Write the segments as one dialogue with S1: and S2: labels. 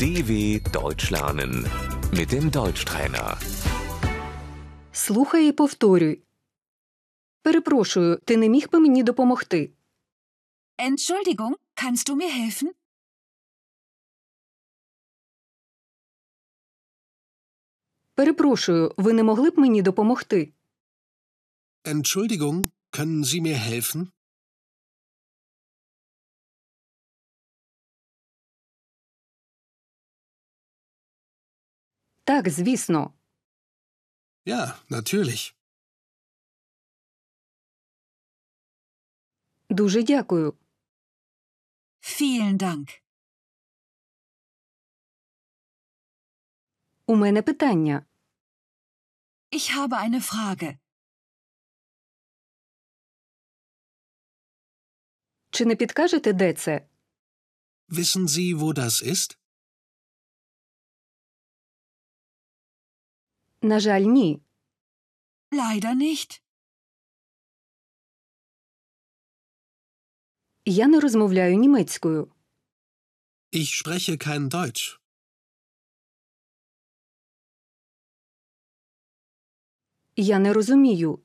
S1: DW Deutsch lernen mit dem Deutschtrainer.
S2: Слухай і повторюй. Перепрошую, ти не міг би мені допомогти?
S3: Entschuldigung, kannst du mir helfen?
S2: Перепрошую, ви не могли б мені допомогти?
S4: Entschuldigung, können Sie mir helfen?
S2: Так, звісно.
S4: Ja, natürlich.
S2: Дуже дякую.
S3: Vielen Dank.
S2: У мене питання.
S3: Ich habe eine Frage.
S2: Чи не підкажете, де це?
S4: Wissen Sie, wo das ist?
S2: На жаль, ні.
S3: Leider nicht.
S2: Я не розмовляю німецькою.
S4: Ich spreche kein Deutsch.
S2: Я не розумію.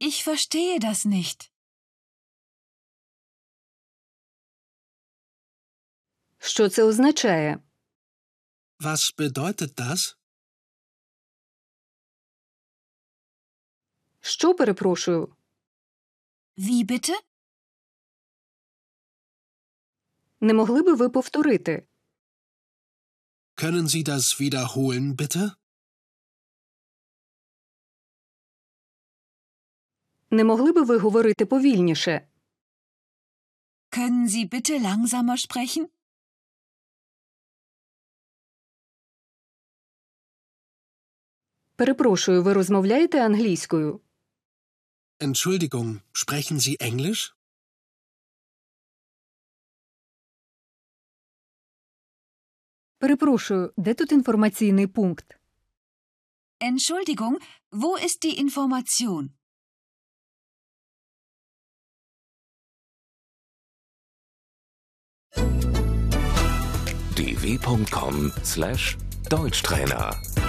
S3: Ich verstehe das nicht.
S2: Що це означає?
S4: Was bedeutet das?
S2: Що перепрошую?
S3: Wie bitte?
S2: Не могли би ви повторити?
S4: Können Sie das wiederholen, bitte?
S2: Не могли би ви говорити повільніше?
S3: Können Sie bitte langsamer sprechen?
S2: Перепрошую, ви розмовляєте англійською?
S4: Entschuldigung, sprechen Sie Englisch?
S2: Перепрошую, де тут інформаційний пункт?
S3: Entschuldigung, wo ist die Information?
S1: dw.com/deutschtrainer